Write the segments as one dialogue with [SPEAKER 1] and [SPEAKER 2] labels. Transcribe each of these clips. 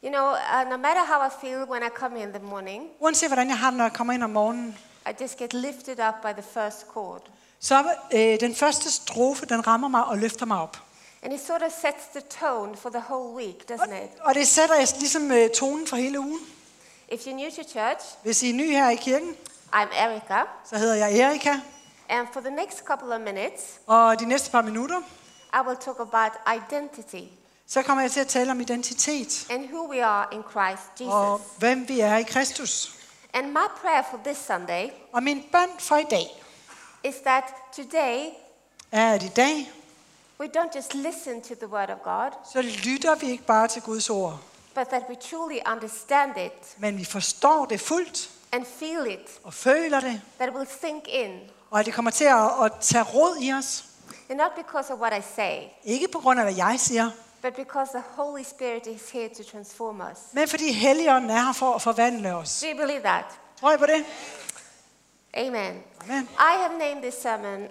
[SPEAKER 1] know, uh, no matter how I feel when I come in the morning,
[SPEAKER 2] Uanset hvordan jeg har det, når jeg kommer ind om morgenen,
[SPEAKER 1] I just get lifted up by the first chord.
[SPEAKER 2] så øh, den første strofe, den rammer mig og løfter mig op.
[SPEAKER 1] And it sort of sets the tone for the whole week, doesn't it?
[SPEAKER 2] Og det sætter jeg ligesom øh, tonen for hele ugen.
[SPEAKER 1] If you're new to church,
[SPEAKER 2] Hvis I er ny her i kirken,
[SPEAKER 1] I'm Erica.
[SPEAKER 2] så hedder jeg Erika.
[SPEAKER 1] And for the next couple of minutes,
[SPEAKER 2] Og de næste par minutter,
[SPEAKER 1] I will talk about identity
[SPEAKER 2] så kommer jeg til at tale om identitet.
[SPEAKER 1] and who we are in Christ Jesus.
[SPEAKER 2] Og hvem vi er i Kristus.
[SPEAKER 1] And my prayer for this Sunday
[SPEAKER 2] Og min bøn for i dag
[SPEAKER 1] is that today
[SPEAKER 2] er, at i dag,
[SPEAKER 1] we don't just listen to the Word of God,
[SPEAKER 2] så lytter vi ikke bare til Guds ord,
[SPEAKER 1] but that we truly understand it
[SPEAKER 2] men vi forstår det fuldt
[SPEAKER 1] and feel it,
[SPEAKER 2] og føler det,
[SPEAKER 1] that it will sink in.
[SPEAKER 2] og at det kommer til at, at tage råd i os.
[SPEAKER 1] And not because of what I say,
[SPEAKER 2] Ikke på grund af, hvad jeg siger,
[SPEAKER 1] but because the Holy Spirit is here to transform us.
[SPEAKER 2] men fordi Helligånden er her for at forvandle os.
[SPEAKER 1] Do you believe that?
[SPEAKER 2] Tror I på det?
[SPEAKER 1] Amen.
[SPEAKER 2] Amen.
[SPEAKER 1] I have named this sermon,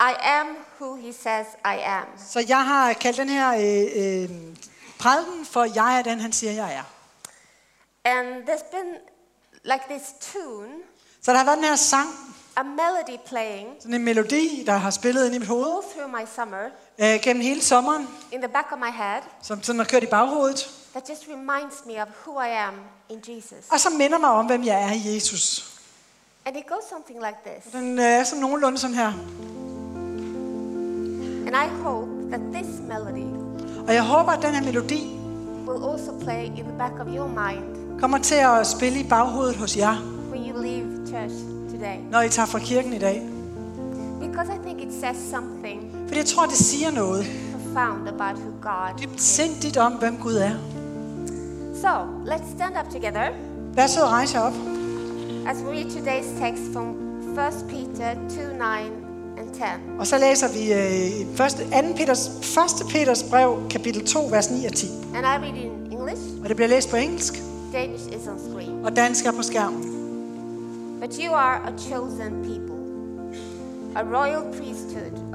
[SPEAKER 1] I Am Who He Says I Am.
[SPEAKER 2] Så jeg har kaldt den her øh, øh, prædiken for, jeg er den, han siger, jeg er.
[SPEAKER 1] And there's been like this tune,
[SPEAKER 2] Så der har været den her sang,
[SPEAKER 1] a melody playing
[SPEAKER 2] sådan en melodi, der har spillet ind i mit hoved
[SPEAKER 1] all through my summer
[SPEAKER 2] øh, gennem hele sommeren,
[SPEAKER 1] in the back of my head
[SPEAKER 2] som sådan har kørt i baghovedet,
[SPEAKER 1] that just reminds me of who I am in Jesus.
[SPEAKER 2] og så minder mig om, hvem jeg er i Jesus.
[SPEAKER 1] And it goes something like this.
[SPEAKER 2] Den øh, er sådan nogenlunde sådan her.
[SPEAKER 1] And I hope that this melody
[SPEAKER 2] Og jeg håber, at den her melodi
[SPEAKER 1] will also play in the back of your mind
[SPEAKER 2] kommer til at spille i baghovedet hos jer,
[SPEAKER 1] when you leave church today.
[SPEAKER 2] når I tager fra kirken i dag.
[SPEAKER 1] Because I think it says something
[SPEAKER 2] For jeg tror, det siger noget
[SPEAKER 1] profound about who God
[SPEAKER 2] dybt
[SPEAKER 1] is.
[SPEAKER 2] sindigt om, hvem Gud er.
[SPEAKER 1] So let's stand up together
[SPEAKER 2] Vær så rejse op,
[SPEAKER 1] as we read today's text from 1 Peter 2 9 and 10.
[SPEAKER 2] og så læser vi øh, første, 2. Peters, 1. Peters brev, kapitel 2, vers 9 og 10.
[SPEAKER 1] And I read in English,
[SPEAKER 2] Og det bliver læst på engelsk,
[SPEAKER 1] Danish is on screen.
[SPEAKER 2] og dansk er på skærmen.
[SPEAKER 1] But you are a chosen people, a royal priesthood,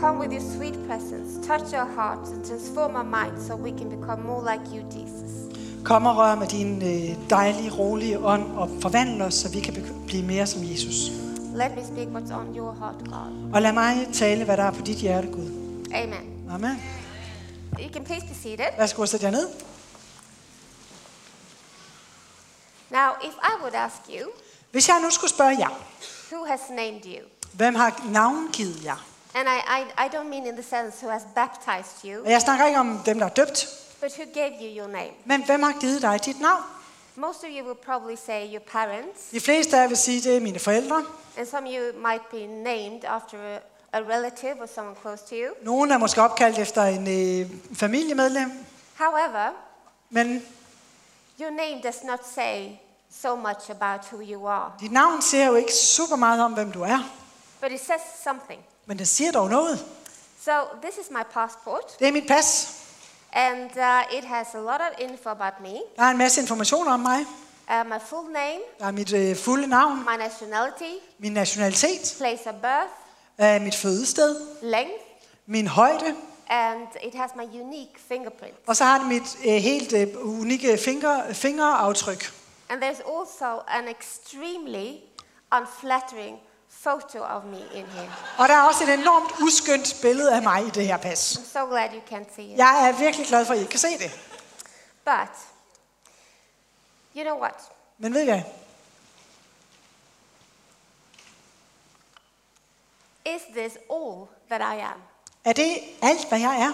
[SPEAKER 1] Come with your sweet presence, touch our hearts and transform our minds so we can become more like you, Jesus.
[SPEAKER 2] kom og rør med din øh, dejlige, rolige ånd, og forvandl os, så vi kan be- blive mere som Jesus.
[SPEAKER 1] Let me speak what's on your heart, God.
[SPEAKER 2] Og lad mig tale, hvad der er på dit hjerte, Gud.
[SPEAKER 1] Amen.
[SPEAKER 2] Amen.
[SPEAKER 1] You can please be seated.
[SPEAKER 2] Værsgo, sæt jer ned.
[SPEAKER 1] Now, if I would ask you,
[SPEAKER 2] Hvis jeg nu skulle spørge jer,
[SPEAKER 1] who has named you?
[SPEAKER 2] hvem har navngivet jer?
[SPEAKER 1] And I, I, I don't mean in the sense who has baptized you,
[SPEAKER 2] Og jeg snakker ikke om dem, der er døbt,
[SPEAKER 1] but who gave you your name.
[SPEAKER 2] men hvem har givet dig dit navn?
[SPEAKER 1] Most of you will probably say your parents,
[SPEAKER 2] De fleste af jer vil sige, det er mine forældre.
[SPEAKER 1] and some of you might be named after a, a relative or someone close to you.
[SPEAKER 2] Nogle er måske opkaldt efter en øh, familiemedlem,
[SPEAKER 1] However,
[SPEAKER 2] men
[SPEAKER 1] your name does not say so much about who you are.
[SPEAKER 2] dit navn siger jo ikke super meget om, hvem du er.
[SPEAKER 1] But it says something.
[SPEAKER 2] Men det siger dog noget.
[SPEAKER 1] So this is my passport,
[SPEAKER 2] Det er mit pas.
[SPEAKER 1] and uh, it has a lot of info about me,
[SPEAKER 2] Der er en masse informationer om mig.
[SPEAKER 1] uh, my full name,
[SPEAKER 2] Der er mit øh, fulde navn,
[SPEAKER 1] my nationality,
[SPEAKER 2] min nationalitet,
[SPEAKER 1] place of birth,
[SPEAKER 2] øh, mit fødested,
[SPEAKER 1] length,
[SPEAKER 2] min højde,
[SPEAKER 1] and it has my unique fingerprint.
[SPEAKER 2] og så har det mit øh, helt øh, unikke finger, fingeraftryk.
[SPEAKER 1] And there's also an extremely unflattering photo of me in here.
[SPEAKER 2] Og der er også et enormt uskyndt billede af mig i det her pas.
[SPEAKER 1] I'm so glad you can see it.
[SPEAKER 2] Jeg er virkelig glad for, at I kan se det.
[SPEAKER 1] But you know what?
[SPEAKER 2] Men ved jeg,
[SPEAKER 1] Is this all that I am?
[SPEAKER 2] er det alt, hvad jeg er?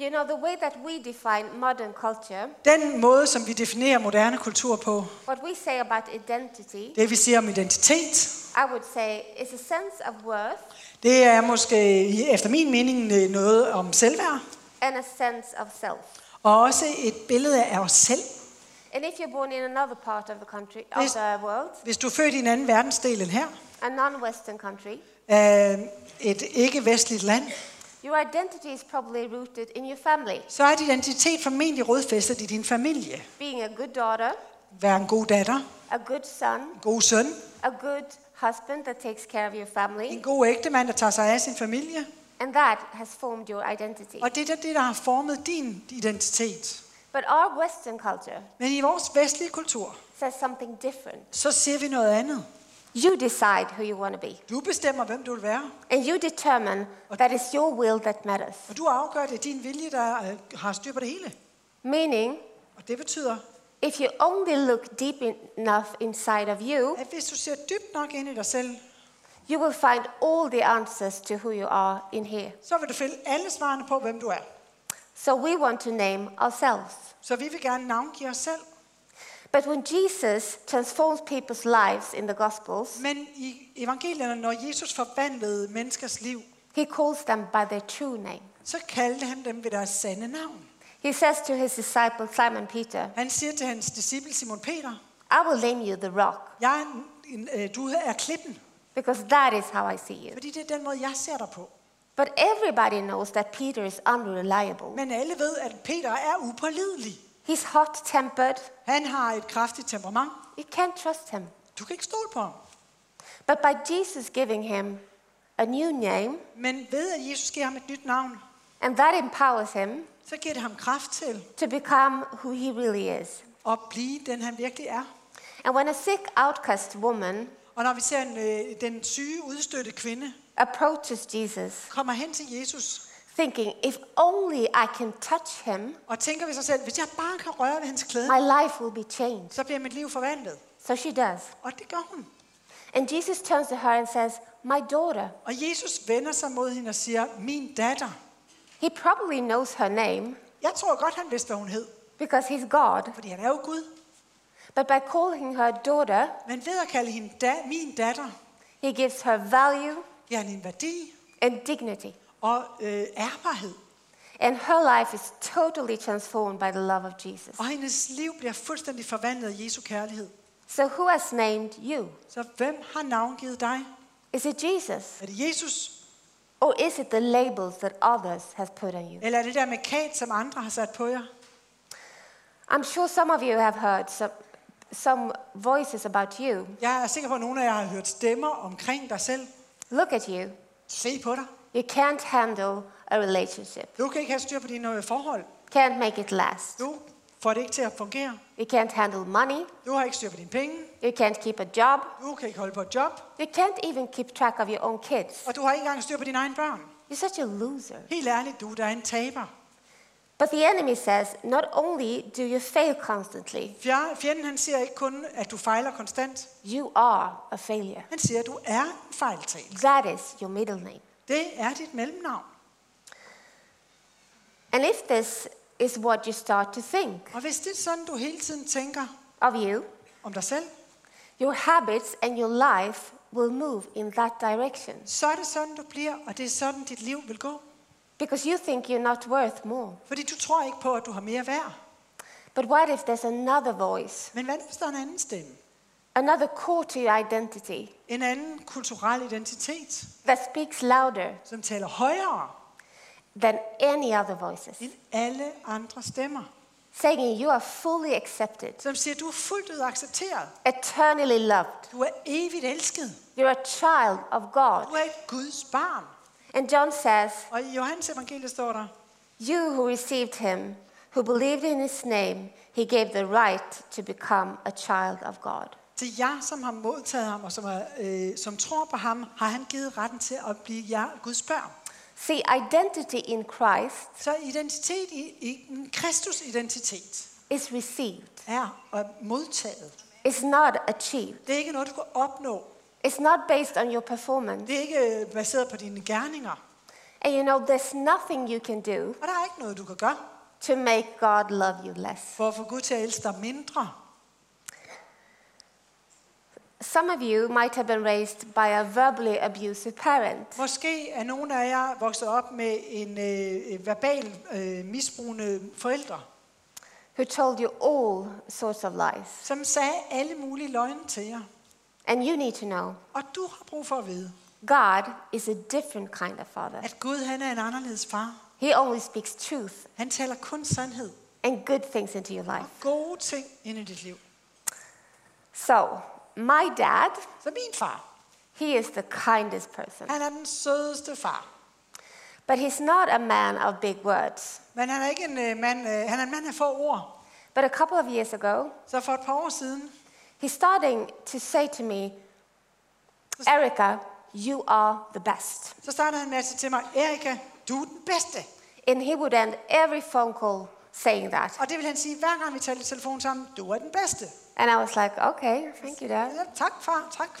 [SPEAKER 1] You know, the way that we define modern culture,
[SPEAKER 2] Den måde, som vi definerer moderne kultur på,
[SPEAKER 1] what we say about identity,
[SPEAKER 2] det vi siger om identitet,
[SPEAKER 1] I would say it's a sense of worth
[SPEAKER 2] det er måske efter min mening øh, noget om selvværd,
[SPEAKER 1] and a sense of self.
[SPEAKER 2] og også et billede af os selv.
[SPEAKER 1] And if you're born in another part of the country, of
[SPEAKER 2] Yes.
[SPEAKER 1] the world,
[SPEAKER 2] Hvis du er født i en anden verdensdel end her,
[SPEAKER 1] a non Western country,
[SPEAKER 2] af et ikke-vestligt land,
[SPEAKER 1] your identity is probably rooted in your family.
[SPEAKER 2] så er din identitet formentlig rodfæstet i din familie.
[SPEAKER 1] Being a good daughter,
[SPEAKER 2] Vær en god datter,
[SPEAKER 1] a good son,
[SPEAKER 2] en god søn,
[SPEAKER 1] a good husband that takes care of your
[SPEAKER 2] en
[SPEAKER 1] family,
[SPEAKER 2] god ægtemand, der tager sig af sin familie.
[SPEAKER 1] and that has formed your identity.
[SPEAKER 2] Og det er det, der har formet din identitet.
[SPEAKER 1] But our Western culture
[SPEAKER 2] Men i vores vestlige kultur,
[SPEAKER 1] says something different.
[SPEAKER 2] så ser vi noget andet.
[SPEAKER 1] You decide who you want to be,
[SPEAKER 2] Du bestemmer, hvem du vil være,
[SPEAKER 1] and you determine that it's your will that matters.
[SPEAKER 2] og du afgør det er din vilje, der øh, har styr på det hele.
[SPEAKER 1] Meaning,
[SPEAKER 2] Og det betyder,
[SPEAKER 1] if you only look deep en- enough inside of you,
[SPEAKER 2] at hvis du ser dybt nok ind i dig selv,
[SPEAKER 1] you will find all the answers to who you are in here.
[SPEAKER 2] så vil du finde alle svarene på, hvem du er.
[SPEAKER 1] So we want to name ourselves.
[SPEAKER 2] Så vi vil gerne navngive os selv.
[SPEAKER 1] But when Jesus transforms people's lives in the Gospels,
[SPEAKER 2] Men i evangelierne, når Jesus forvandlede menneskers liv,
[SPEAKER 1] he calls them by their true name.
[SPEAKER 2] så kaldte han dem ved deres sande navn.
[SPEAKER 1] He says to his disciple Simon Peter,
[SPEAKER 2] Han siger til hans disciple Simon Peter,
[SPEAKER 1] I will name you the rock
[SPEAKER 2] jeg er en, en, øh, du er klippen,
[SPEAKER 1] because that is how I see you.
[SPEAKER 2] fordi det er den måde, jeg ser dig på.
[SPEAKER 1] But everybody knows that Peter is unreliable.
[SPEAKER 2] Men alle ved, at Peter er upålidelig.
[SPEAKER 1] He's hot tempered.
[SPEAKER 2] Han har et kraftigt temperament.
[SPEAKER 1] You can't trust him.
[SPEAKER 2] Du kan ikke stole på ham.
[SPEAKER 1] But by Jesus giving him a new name,
[SPEAKER 2] Men ved, at Jesus giver ham et nyt navn,
[SPEAKER 1] and that empowers him
[SPEAKER 2] så giver det ham kraft til
[SPEAKER 1] to become who he really is.
[SPEAKER 2] at blive den, han virkelig er.
[SPEAKER 1] And when a sick outcast woman
[SPEAKER 2] Og når vi ser en, øh, den syge, udstødte kvinde
[SPEAKER 1] approaches Jesus,
[SPEAKER 2] kommer hen til Jesus
[SPEAKER 1] thinking, if only I can touch him,
[SPEAKER 2] og tænker ved sig selv, hvis jeg bare kan røre ved hans klæde,
[SPEAKER 1] my life will be changed.
[SPEAKER 2] så bliver mit liv forvandlet.
[SPEAKER 1] So she does.
[SPEAKER 2] Og det gør hun.
[SPEAKER 1] And Jesus turns to her and says, My daughter.
[SPEAKER 2] Og Jesus vender sig mod hende og siger, min datter.
[SPEAKER 1] He probably knows her name
[SPEAKER 2] Jeg tror godt, han vidste, hvad hun hed,
[SPEAKER 1] because he's God,
[SPEAKER 2] fordi han er jo Gud.
[SPEAKER 1] but by calling her daughter,
[SPEAKER 2] Men ved at kalde hende da, min datter,
[SPEAKER 1] he gives her value
[SPEAKER 2] giver han en værdi
[SPEAKER 1] and dignity.
[SPEAKER 2] og øh, ærbarhed.
[SPEAKER 1] And her life is totally transformed by the love of Jesus.
[SPEAKER 2] Og hendes liv bliver fuldstændig forvandlet af Jesu kærlighed.
[SPEAKER 1] So, who has named you?
[SPEAKER 2] Så hvem har navngivet dig?
[SPEAKER 1] Is it Jesus?
[SPEAKER 2] Er det Jesus?
[SPEAKER 1] Or is it the labels that others have put on you?
[SPEAKER 2] Eller er det der mekat, som andre har sat på jer?
[SPEAKER 1] I'm sure some of you have heard some, some voices about you.
[SPEAKER 2] Jeg er sikker på, at nogle af jer har hørt stemmer omkring dig selv.
[SPEAKER 1] Look at you.
[SPEAKER 2] Se på dig.
[SPEAKER 1] You can't handle a relationship,
[SPEAKER 2] Du kan ikke have styr på dine øh, forhold.
[SPEAKER 1] can't make it last.
[SPEAKER 2] Du får det ikke til at fungere.
[SPEAKER 1] You can't handle money,
[SPEAKER 2] Du har ikke styr på dine penge.
[SPEAKER 1] you can't keep a job,
[SPEAKER 2] Du kan ikke holde på et job.
[SPEAKER 1] you can't even keep track of your own kids.
[SPEAKER 2] Og du har ikke engang styr på dine egne børn.
[SPEAKER 1] You're such a loser.
[SPEAKER 2] Helt ærligt, du der er en taber.
[SPEAKER 1] But the enemy says not only do you fail constantly,
[SPEAKER 2] Fjer- Fjenden han siger ikke kun, at du fejler konstant.
[SPEAKER 1] you are a failure.
[SPEAKER 2] Han siger, at du er en fejltagelse.
[SPEAKER 1] That is your middle name.
[SPEAKER 2] Det er dit mellemnavn.
[SPEAKER 1] And if this is what you start to think
[SPEAKER 2] Og hvis det er sådan, du hele tiden tænker
[SPEAKER 1] of you,
[SPEAKER 2] om dig selv,
[SPEAKER 1] your habits and your life will move in that direction
[SPEAKER 2] så er det sådan, du bliver, og det er sådan, dit liv vil gå.
[SPEAKER 1] because you think you're not worth more.
[SPEAKER 2] Fordi du tror ikke på, at du har mere værd.
[SPEAKER 1] But what if there's another voice,
[SPEAKER 2] Men hvad nu, hvis der er en anden stemme?
[SPEAKER 1] another core to your identity
[SPEAKER 2] En anden kulturel identitet,
[SPEAKER 1] that speaks louder
[SPEAKER 2] som taler højere
[SPEAKER 1] than any other voices,
[SPEAKER 2] end alle andre stemmer.
[SPEAKER 1] saying you are fully accepted,
[SPEAKER 2] Som siger, du er fuldt ud accepteret.
[SPEAKER 1] eternally loved,
[SPEAKER 2] Du er evigt elsket.
[SPEAKER 1] you're a child of God?
[SPEAKER 2] Du er et Guds barn.
[SPEAKER 1] And John says,
[SPEAKER 2] Og i Johannes evangeliet står der,
[SPEAKER 1] You who received him, who believed in his name, he gave the right to become a child of God.
[SPEAKER 2] til jer, som har modtaget ham, og som, er, øh, som tror på ham, har han givet retten til at blive jer, Guds børn.
[SPEAKER 1] See, identity in Christ
[SPEAKER 2] Så identitet i, i en Kristus-identitet
[SPEAKER 1] is received,
[SPEAKER 2] er at modtaget.
[SPEAKER 1] it's not achieved,
[SPEAKER 2] Det er ikke noget, du kan opnå.
[SPEAKER 1] it's not based on your performance.
[SPEAKER 2] Det er ikke øh, baseret på dine gerninger.
[SPEAKER 1] And you know, there's nothing you can do
[SPEAKER 2] Og der er ikke noget, du kan gøre
[SPEAKER 1] to make God love you less.
[SPEAKER 2] for at få Gud til at elske dig mindre.
[SPEAKER 1] Some of you might have been raised by a verbally abusive parent.
[SPEAKER 2] Måske er nogle af jer vokset op med en øh, verbal øh, misbrugende forældre,
[SPEAKER 1] who told you all sorts of lies.
[SPEAKER 2] som sagde alle mulige løgne til jer.
[SPEAKER 1] And you need to know
[SPEAKER 2] Og du har brug for at vide,
[SPEAKER 1] God is a different kind of father.
[SPEAKER 2] at Gud han er en anderledes far.
[SPEAKER 1] He only speaks truth
[SPEAKER 2] Han taler kun sandhed
[SPEAKER 1] and good things into your life.
[SPEAKER 2] og gode ting ind i dit liv.
[SPEAKER 1] So, my dad,
[SPEAKER 2] Så min far,
[SPEAKER 1] he is the kindest person,
[SPEAKER 2] han er den sødeste far.
[SPEAKER 1] but he's not a man of big words.
[SPEAKER 2] Men han er ikke en øh, mand, øh, han er en mand af få ord.
[SPEAKER 1] But a couple of years ago,
[SPEAKER 2] Så for et par år siden,
[SPEAKER 1] he's starting to say to me, Erica, you are the best.
[SPEAKER 2] så startede han med at sige til mig, Erika, du er den bedste.
[SPEAKER 1] And he would end every phone call saying that.
[SPEAKER 2] Og det vil han sige, hver gang vi talte i telefon sammen, du er den bedste.
[SPEAKER 1] And I was like, okay, thank you, Dad.
[SPEAKER 2] Ja, tak far, tak.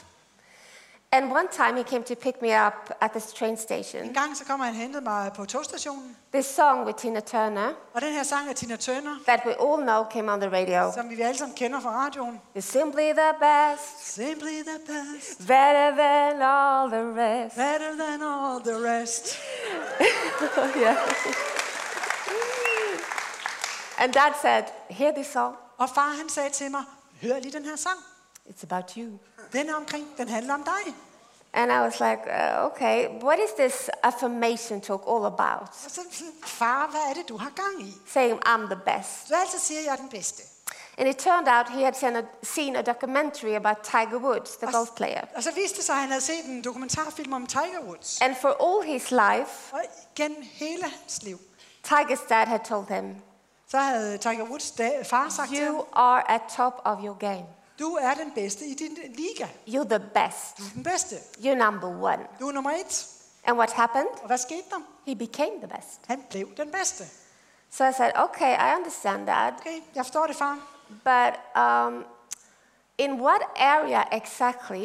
[SPEAKER 1] And one time he came to pick me up at this train
[SPEAKER 2] En
[SPEAKER 1] station.
[SPEAKER 2] gang så kommer han og hentede mig på togstationen,
[SPEAKER 1] This song with Tina Turner
[SPEAKER 2] og den her sang af Tina Turner,
[SPEAKER 1] that we all know came on the radio.
[SPEAKER 2] som vi alle sammen kender fra radioen.
[SPEAKER 1] You're simply the best,
[SPEAKER 2] Simply the best,
[SPEAKER 1] better than all the rest.
[SPEAKER 2] better than all the rest.
[SPEAKER 1] yeah. And Dad said, hear this song.
[SPEAKER 2] Og far han sagde til mig, hør lige den her sang.
[SPEAKER 1] It's about you.
[SPEAKER 2] Den er omkring, den handler om dig.
[SPEAKER 1] And I was like, uh, okay, what is this affirmation talk all about?
[SPEAKER 2] Og så, far, hvad er det, du har gang i?
[SPEAKER 1] Saying I'm the best.
[SPEAKER 2] Så altid siger jeg, jeg er den bedste.
[SPEAKER 1] And it turned out he had seen a, seen a documentary about Tiger Woods, the golf player.
[SPEAKER 2] Og så viste det sig, at han havde set en dokumentarfilm om Tiger Woods.
[SPEAKER 1] And for all his life,
[SPEAKER 2] Og gennem hele hans liv,
[SPEAKER 1] Tiger's dad had told him,
[SPEAKER 2] så havde Tiger Woods da, far sagt til ham,
[SPEAKER 1] You are at top of your game.
[SPEAKER 2] du er den bedste i din liga.
[SPEAKER 1] You're the best.
[SPEAKER 2] Du er den bedste.
[SPEAKER 1] You're number one.
[SPEAKER 2] Du er nummer et.
[SPEAKER 1] And what happened?
[SPEAKER 2] Og hvad skete der?
[SPEAKER 1] He became the best.
[SPEAKER 2] Han blev den bedste.
[SPEAKER 1] So I said, okay, I understand that,
[SPEAKER 2] Okay, jeg forstår det, far.
[SPEAKER 1] but um, in what area exactly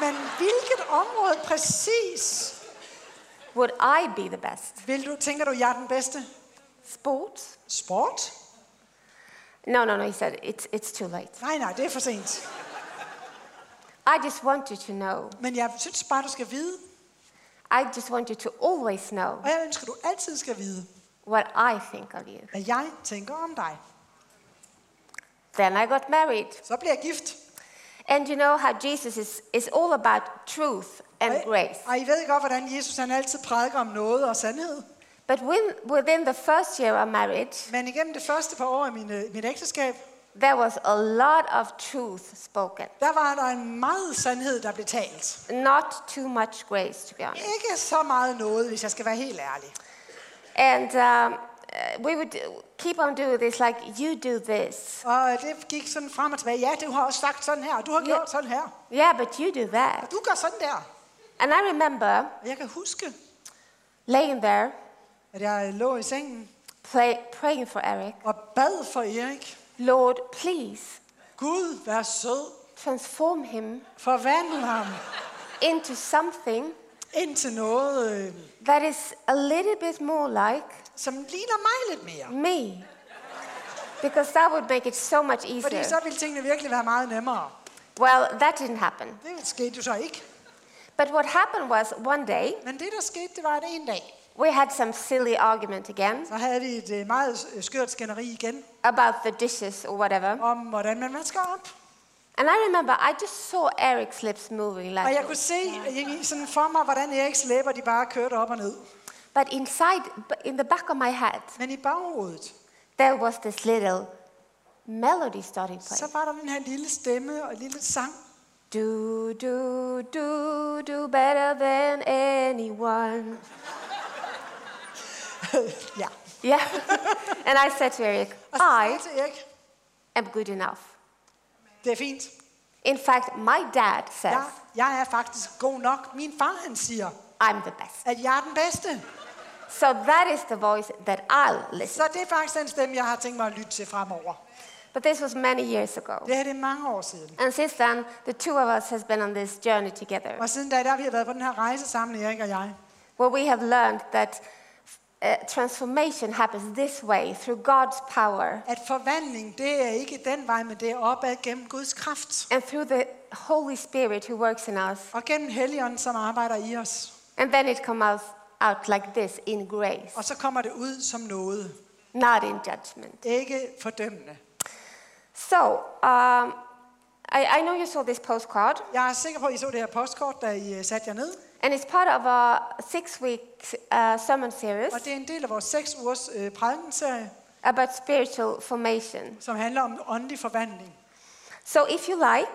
[SPEAKER 2] Men hvilket område præcis
[SPEAKER 1] would I be the best?
[SPEAKER 2] vil du, tænker du, jeg er den bedste?
[SPEAKER 1] Sport?
[SPEAKER 2] Sport?
[SPEAKER 1] No, no, no, he said, it's, it's too late.
[SPEAKER 2] Nej, nej, det er for sent.
[SPEAKER 1] I just want you to know.
[SPEAKER 2] Men jeg synes bare, du skal vide,
[SPEAKER 1] I just want you to always know
[SPEAKER 2] og jeg ønsker, du altid skal vide,
[SPEAKER 1] what I think of you.
[SPEAKER 2] hvad jeg tænker om dig.
[SPEAKER 1] Then I got married.
[SPEAKER 2] Så bliver jeg gift.
[SPEAKER 1] And you know how Jesus is, is all about truth and
[SPEAKER 2] Og,
[SPEAKER 1] grace.
[SPEAKER 2] og I ved godt, hvordan Jesus han altid prædiker om noget og sandhed.
[SPEAKER 1] But when, within the first year of marriage,
[SPEAKER 2] Men igennem det første par år af min, øh, mit ægteskab,
[SPEAKER 1] there was a lot of truth spoken.
[SPEAKER 2] der var der en meget sandhed, der blev talt.
[SPEAKER 1] Not too much grace, to be honest.
[SPEAKER 2] Ikke så meget noget, hvis jeg skal være helt ærlig.
[SPEAKER 1] And um, uh, we would do- keep on doing this, like, you do this.
[SPEAKER 2] Og det gik sådan frem og tilbage. Ja, du har også sagt sådan her, og du har
[SPEAKER 1] Ja.
[SPEAKER 2] gjort sådan her,
[SPEAKER 1] Yeah, but you do
[SPEAKER 2] og
[SPEAKER 1] that.
[SPEAKER 2] du gør sådan der.
[SPEAKER 1] And I remember
[SPEAKER 2] Og jeg kan huske,
[SPEAKER 1] laying there,
[SPEAKER 2] at jeg lå i sengen
[SPEAKER 1] play, praying for Eric.
[SPEAKER 2] og bad for Erik.
[SPEAKER 1] Lord, please
[SPEAKER 2] Gud, vær sød.
[SPEAKER 1] transform him
[SPEAKER 2] Forvandl ham
[SPEAKER 1] into something
[SPEAKER 2] ind til noget, øh,
[SPEAKER 1] that is a little bit more like
[SPEAKER 2] som ligner mig lidt mere.
[SPEAKER 1] me. Because that would make it so much
[SPEAKER 2] Fordi
[SPEAKER 1] easier.
[SPEAKER 2] så ville tingene virkelig være meget nemmere.
[SPEAKER 1] Well, that didn't happen.
[SPEAKER 2] Det skete jo så ikke.
[SPEAKER 1] But what happened was one day
[SPEAKER 2] Men det, der skete, det var, at en dag,
[SPEAKER 1] we had some silly argument again
[SPEAKER 2] så havde vi et øh, meget øh, skørt skænderi igen,
[SPEAKER 1] about the dishes or whatever.
[SPEAKER 2] om hvordan man vasker op.
[SPEAKER 1] And I remember I just saw Eric's lips moving
[SPEAKER 2] Og
[SPEAKER 1] like
[SPEAKER 2] jeg kunne se øh, sådan for mig, hvordan Eriks læber, de bare kørte op og ned.
[SPEAKER 1] But inside, but in the back of my head,
[SPEAKER 2] Men i baghovedet,
[SPEAKER 1] there was this little melody starting
[SPEAKER 2] så
[SPEAKER 1] playing.
[SPEAKER 2] var der den her lille stemme og lille sang.
[SPEAKER 1] Do, do, do, do better than anyone.
[SPEAKER 2] Ja.
[SPEAKER 1] Yeah. and I said to Eric,
[SPEAKER 2] Og så sagde
[SPEAKER 1] I
[SPEAKER 2] jeg til Erik,
[SPEAKER 1] am good enough.
[SPEAKER 2] det er fint.
[SPEAKER 1] In fact, my dad says
[SPEAKER 2] Jeg, jeg er faktisk god nok. Min far, han siger,
[SPEAKER 1] I'm the best.
[SPEAKER 2] at jeg er den bedste.
[SPEAKER 1] So that is the voice that I'll listen.
[SPEAKER 2] Så det er faktisk den stemme, jeg har tænkt mig at lytte til fremover.
[SPEAKER 1] But this was many years ago.
[SPEAKER 2] Det her det er mange år siden.
[SPEAKER 1] And since then, the two of us has been on this journey together.
[SPEAKER 2] Og siden da, der har vi været på den her rejse sammen, Erik og jeg.
[SPEAKER 1] where we have learned that uh, transformation happens this way through God's power
[SPEAKER 2] At forvandling, det er ikke den vej, men det er opad gennem Guds kraft.
[SPEAKER 1] and through the Holy Spirit who works in us.
[SPEAKER 2] Og gennem Helligånden, som arbejder i os.
[SPEAKER 1] And then it comes out, out like this in grace,
[SPEAKER 2] Og så kommer det ud som noget.
[SPEAKER 1] not in judgment.
[SPEAKER 2] Ikke fordømmende.
[SPEAKER 1] So, um, I, I know you saw this postcard,
[SPEAKER 2] Jeg er sikker på, at I så det her postkort, da I øh, satte jer ned.
[SPEAKER 1] and it's part of our six week uh, sermon series
[SPEAKER 2] Og det er en del af vores seks ugers øh, prædikenserie,
[SPEAKER 1] about spiritual formation.
[SPEAKER 2] som handler om åndelig forvandling.
[SPEAKER 1] So, if you like,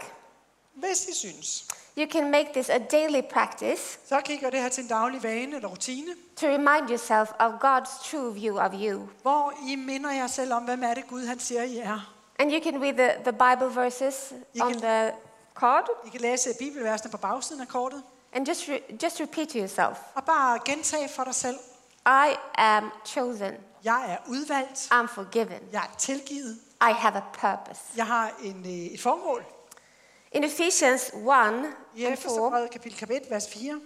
[SPEAKER 2] Hvis I synes,
[SPEAKER 1] you can make this a daily practice
[SPEAKER 2] så kan I gøre det her til en daglig vane eller rutine,
[SPEAKER 1] to remind yourself of God's true view of you.
[SPEAKER 2] hvor I minder jer selv om, hvem er det Gud, han siger, I er.
[SPEAKER 1] And you can read the, the Bible verses
[SPEAKER 2] You
[SPEAKER 1] on
[SPEAKER 2] can-
[SPEAKER 1] the card
[SPEAKER 2] I kan læse bibelversene på bagsiden af kortet,
[SPEAKER 1] and just, re- just repeat to yourself
[SPEAKER 2] og bare gentage for dig selv,
[SPEAKER 1] I am chosen,
[SPEAKER 2] jeg er udvalgt,
[SPEAKER 1] I'm forgiven,
[SPEAKER 2] jeg er tilgivet,
[SPEAKER 1] I have a purpose.
[SPEAKER 2] jeg har en, øh, et formål.
[SPEAKER 1] In Ephesians 1
[SPEAKER 2] I
[SPEAKER 1] and 4,
[SPEAKER 2] Efeserbrevet kapitel kap 1, vers 4.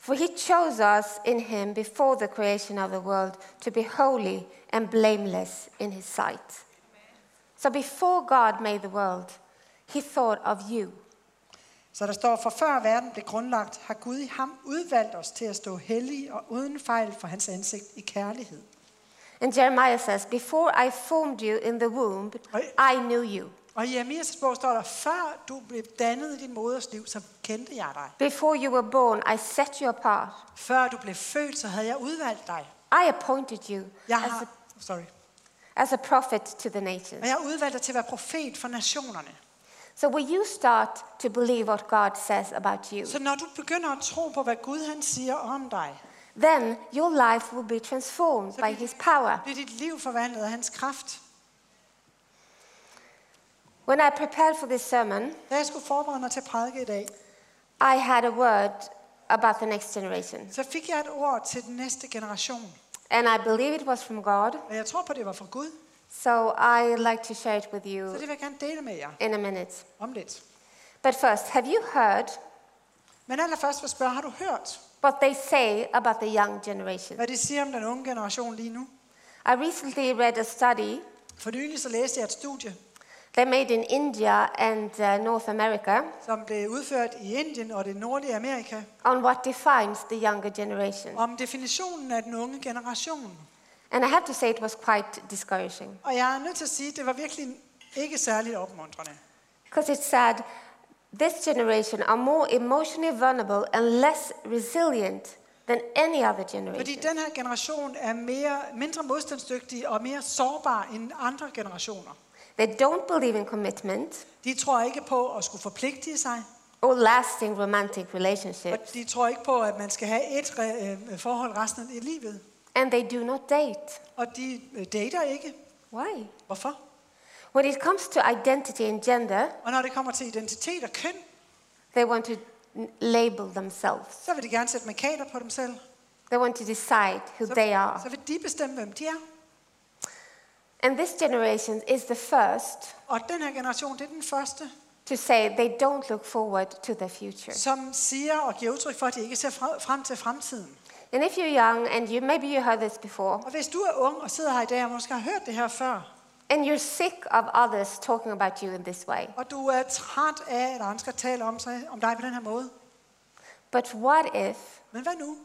[SPEAKER 1] for he chose us in him before the creation of the world to be holy and blameless in his sight. So before God made the world, he thought of you.
[SPEAKER 2] Så der står, for før verden blev grundlagt, har Gud i ham udvalgt os til at stå hellige og uden fejl for hans ansigt i kærlighed.
[SPEAKER 1] And Jeremiah says, Before I formed you in the womb,
[SPEAKER 2] Oi.
[SPEAKER 1] I knew you.
[SPEAKER 2] Og i Jeremias' bog står der, før du blev dannet i din moders liv, så kendte jeg dig.
[SPEAKER 1] Before you were born, I set you apart.
[SPEAKER 2] Før du blev født, så havde jeg udvalgt dig.
[SPEAKER 1] I appointed you
[SPEAKER 2] Jeg
[SPEAKER 1] as, a,
[SPEAKER 2] har, sorry.
[SPEAKER 1] as a prophet to the
[SPEAKER 2] Og
[SPEAKER 1] nations.
[SPEAKER 2] jeg har udvalgt dig til at være profet for nationerne.
[SPEAKER 1] So will you start to believe what God says about you?
[SPEAKER 2] Så når du begynder at tro på, hvad Gud han siger om dig,
[SPEAKER 1] Then your life will be transformed
[SPEAKER 2] Så
[SPEAKER 1] by
[SPEAKER 2] vi-
[SPEAKER 1] His power.
[SPEAKER 2] bliver dit liv forvandlet af hans kraft.
[SPEAKER 1] When I prepared for this sermon,
[SPEAKER 2] Da jeg skulle forberede mig til at prædike i dag,
[SPEAKER 1] I had a word about the next generation.
[SPEAKER 2] så fik jeg et ord til den næste generation.
[SPEAKER 1] And I believe it was from God.
[SPEAKER 2] Og jeg tror på, det var fra Gud.
[SPEAKER 1] So I'd like to share it with
[SPEAKER 2] Så det
[SPEAKER 1] you
[SPEAKER 2] vil jeg gerne dele med jer
[SPEAKER 1] in a minute.
[SPEAKER 2] om lidt.
[SPEAKER 1] But first, have you heard
[SPEAKER 2] Men allerførst vil jeg spørge, har du hørt,
[SPEAKER 1] what they say about the young generation?
[SPEAKER 2] hvad de siger om den unge generation lige nu?
[SPEAKER 1] I recently read a study
[SPEAKER 2] For nylig så læste jeg et studie,
[SPEAKER 1] they made in India and uh, North America
[SPEAKER 2] som blev udført i Indien og det nordlige Amerika,
[SPEAKER 1] on what defines the younger generation.
[SPEAKER 2] om definitionen af den unge generation.
[SPEAKER 1] And I have to say, it was quite discouraging
[SPEAKER 2] Og jeg er nødt til at sige, at det var virkelig ikke særligt opmuntrende.
[SPEAKER 1] because it said this generation are more emotionally vulnerable and less resilient than any other
[SPEAKER 2] Fordi
[SPEAKER 1] generation.
[SPEAKER 2] den her generation er mere, mindre modstandsdygtig og mere sårbar end andre generationer.
[SPEAKER 1] They don't believe in commitment
[SPEAKER 2] De tror ikke på at skulle forpligte sig,
[SPEAKER 1] or lasting romantic
[SPEAKER 2] og
[SPEAKER 1] relationships,
[SPEAKER 2] de tror ikke på, at man skal have et re- øh, forhold resten af livet.
[SPEAKER 1] and they do not date.
[SPEAKER 2] Og de øh, dater ikke.
[SPEAKER 1] Why?
[SPEAKER 2] Hvorfor?
[SPEAKER 1] When it comes to identity and gender,
[SPEAKER 2] Og når det kommer til identitet og køn,
[SPEAKER 1] they want to n- label themselves.
[SPEAKER 2] så vil de gerne sætte markader på dem selv.
[SPEAKER 1] They want to decide who
[SPEAKER 2] Så,
[SPEAKER 1] they are.
[SPEAKER 2] så vil de bestemme, hvem de er.
[SPEAKER 1] And this generation is the first
[SPEAKER 2] Og den her generation, det er den første,
[SPEAKER 1] to say they don't look forward to their future.
[SPEAKER 2] som siger og giver udtryk for, at de ikke ser fre- frem til fremtiden.
[SPEAKER 1] And if you're young and you maybe you heard this before
[SPEAKER 2] Og hvis du er ung og sidder her i dag og måske har hørt det her før,
[SPEAKER 1] and you're sick of others talking about you in this way.
[SPEAKER 2] og du er træt af, at andre skal tale om, sig, om dig på den her måde,
[SPEAKER 1] But what if
[SPEAKER 2] men hvad nu?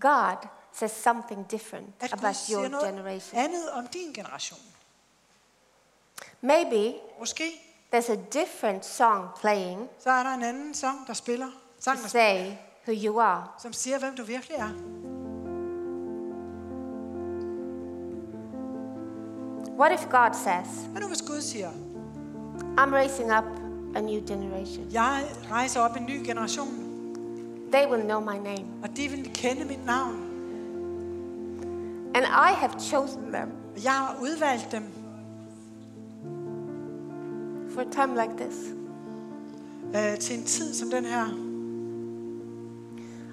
[SPEAKER 1] God says something different
[SPEAKER 2] At Gud
[SPEAKER 1] about your
[SPEAKER 2] siger noget
[SPEAKER 1] generation?
[SPEAKER 2] andet om din generation.
[SPEAKER 1] Maybe
[SPEAKER 2] Måske
[SPEAKER 1] there's a different song playing
[SPEAKER 2] så er der en anden sang, der spiller,
[SPEAKER 1] to
[SPEAKER 2] sang, der spiller
[SPEAKER 1] say who you are.
[SPEAKER 2] som siger, hvem du virkelig er.
[SPEAKER 1] What if God says,
[SPEAKER 2] Hvad nu hvis Gud siger,
[SPEAKER 1] I'm raising up a new generation?
[SPEAKER 2] jeg rejser op en ny generation,
[SPEAKER 1] They will know my name.
[SPEAKER 2] og de vil kende mit navn,
[SPEAKER 1] And I have chosen them
[SPEAKER 2] og jeg har udvalgt dem
[SPEAKER 1] for a time like this.
[SPEAKER 2] øh, til en tid som den her.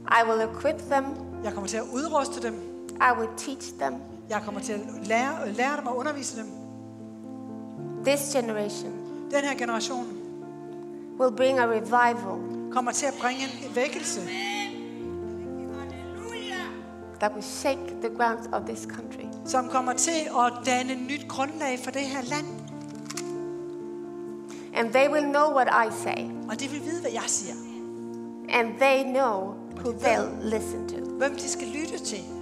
[SPEAKER 1] I will equip them,
[SPEAKER 2] Jeg kommer til at udruste dem,
[SPEAKER 1] I will teach them.
[SPEAKER 2] jeg kommer til at lære, lære dem og undervise dem.
[SPEAKER 1] This generation
[SPEAKER 2] Den her generation
[SPEAKER 1] will bring a revival
[SPEAKER 2] kommer til at bringe en vækkelse,
[SPEAKER 1] that will shake the grounds of this country.
[SPEAKER 2] som kommer til at danne et nyt grundlag for det her land.
[SPEAKER 1] And they will know what I say,
[SPEAKER 2] Og de vil vide, hvad jeg siger.
[SPEAKER 1] and they know who they'll listen to.
[SPEAKER 2] Hvem de skal lytte til.
[SPEAKER 3] oh.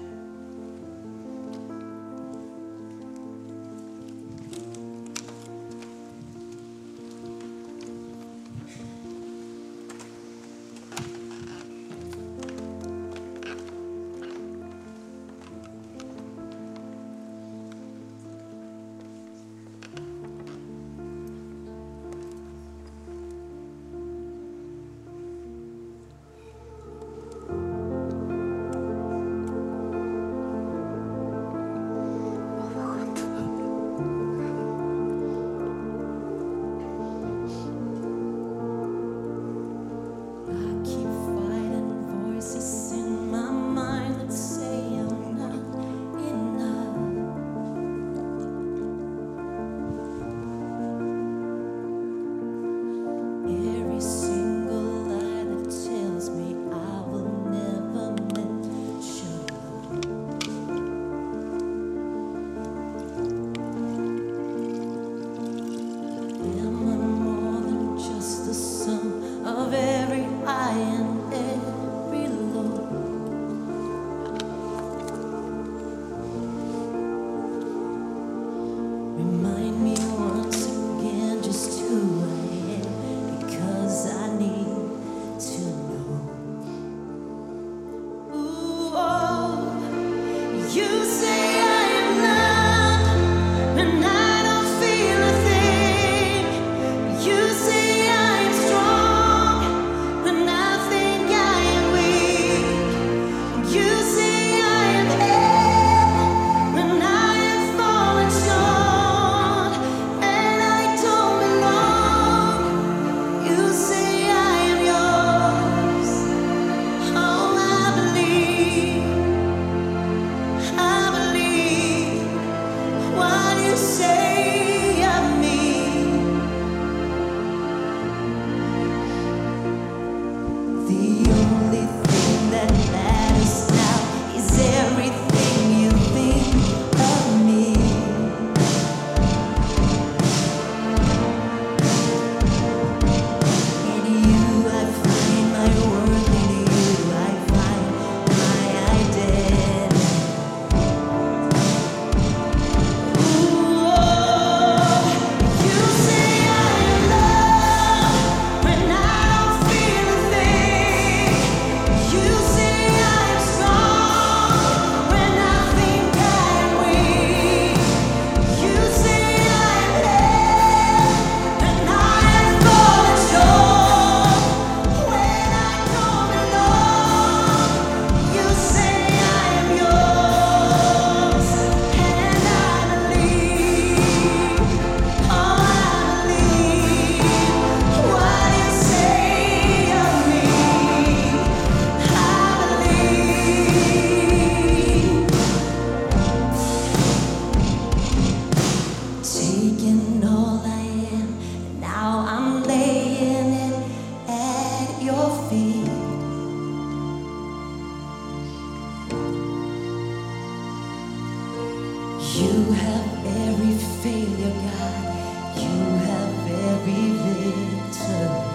[SPEAKER 3] You have every failure, God. You have every victory.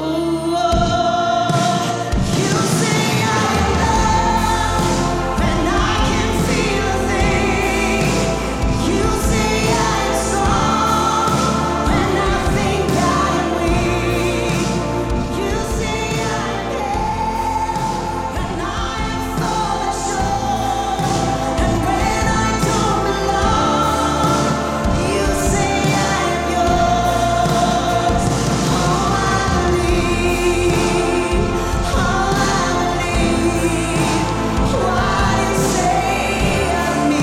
[SPEAKER 3] Oh, you say I'm loved, and I can feel a thing. You say I'm strong, and I think I'm weak. You say I'm dead, and I'm falling short. And when I don't belong, you say I am yours. All I believe, all I believe, what you say of me,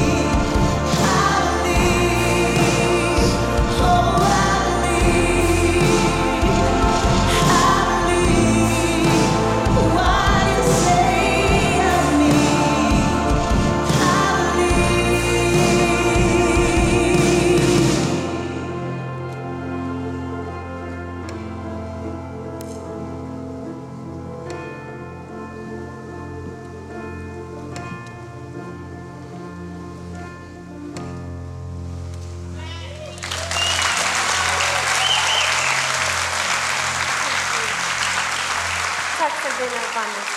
[SPEAKER 3] I believe. Oh, I believe, I believe, what you say of me.
[SPEAKER 1] Such has been an abundance.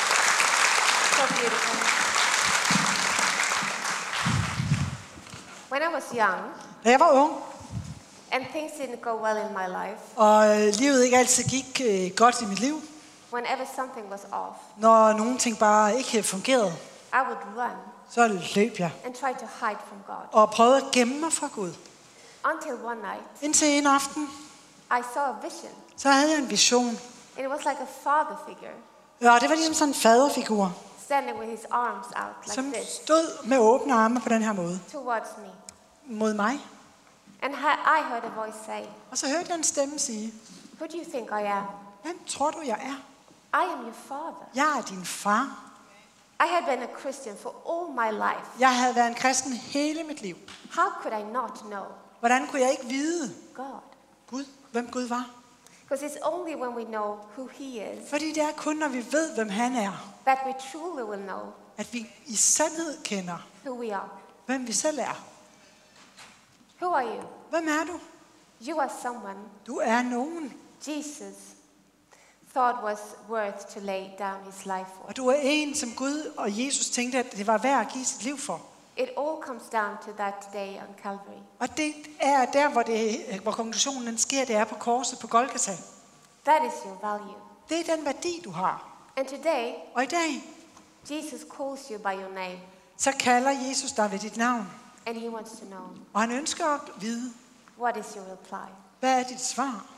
[SPEAKER 1] So beautiful. When I was young,
[SPEAKER 2] Da jeg var ung,
[SPEAKER 1] and things didn't go well in my life,
[SPEAKER 2] og øh, livet ikke altid gik øh, godt i mit liv,
[SPEAKER 1] whenever something was off,
[SPEAKER 2] når nogle ting bare ikke fungerede,
[SPEAKER 1] I would run
[SPEAKER 2] så løb jeg
[SPEAKER 1] and try to hide from God.
[SPEAKER 2] og prøvede at gemme mig fra Gud.
[SPEAKER 1] Until one night,
[SPEAKER 2] Indtil en aften,
[SPEAKER 1] I saw a vision.
[SPEAKER 2] så havde jeg en vision.
[SPEAKER 1] It was like a father figure
[SPEAKER 2] Og det var ligesom sådan en faderfigur,
[SPEAKER 1] standing with his arms out like
[SPEAKER 2] som
[SPEAKER 1] this
[SPEAKER 2] stod med åbne arme på den her måde
[SPEAKER 1] towards me.
[SPEAKER 2] mod mig.
[SPEAKER 1] And I I heard a voice say,
[SPEAKER 2] Og så hørte jeg en stemme sige,
[SPEAKER 1] Who do you think I am?
[SPEAKER 2] hvem tror du, jeg er?
[SPEAKER 1] I am your father.
[SPEAKER 2] Jeg er din far.
[SPEAKER 1] I had been a Christian for all my life.
[SPEAKER 2] Jeg havde været en kristen hele mit liv.
[SPEAKER 1] How could I not know
[SPEAKER 2] Hvordan kunne jeg ikke vide,
[SPEAKER 1] God?
[SPEAKER 2] Gud, hvem Gud var?
[SPEAKER 1] Because it's only when we know who He is
[SPEAKER 2] Fordi det er kun, når vi ved, hvem han er,
[SPEAKER 1] that we truly will know
[SPEAKER 2] at vi i sandhed kender,
[SPEAKER 1] who we are.
[SPEAKER 2] hvem vi selv er.
[SPEAKER 1] Who are you?
[SPEAKER 2] Hvem er du?
[SPEAKER 1] You are someone
[SPEAKER 2] Du er nogen,
[SPEAKER 1] Jesus thought was worth to lay down his life for.
[SPEAKER 2] og du er en, som Gud og Jesus tænkte, at det var værd at give sit liv for.
[SPEAKER 1] It all comes down to that day on Calvary.
[SPEAKER 2] Og det er der, hvor, det, hvor konklusionen den sker, det er på korset på Golgata.
[SPEAKER 1] That is your value.
[SPEAKER 2] Det er den værdi, du har.
[SPEAKER 1] And today,
[SPEAKER 2] Og i dag,
[SPEAKER 1] Jesus calls you by your name
[SPEAKER 2] så kalder Jesus dig ved dit navn.
[SPEAKER 1] and he wants to know
[SPEAKER 2] Og han ønsker at vide,
[SPEAKER 1] what is your reply?
[SPEAKER 2] hvad er dit svar?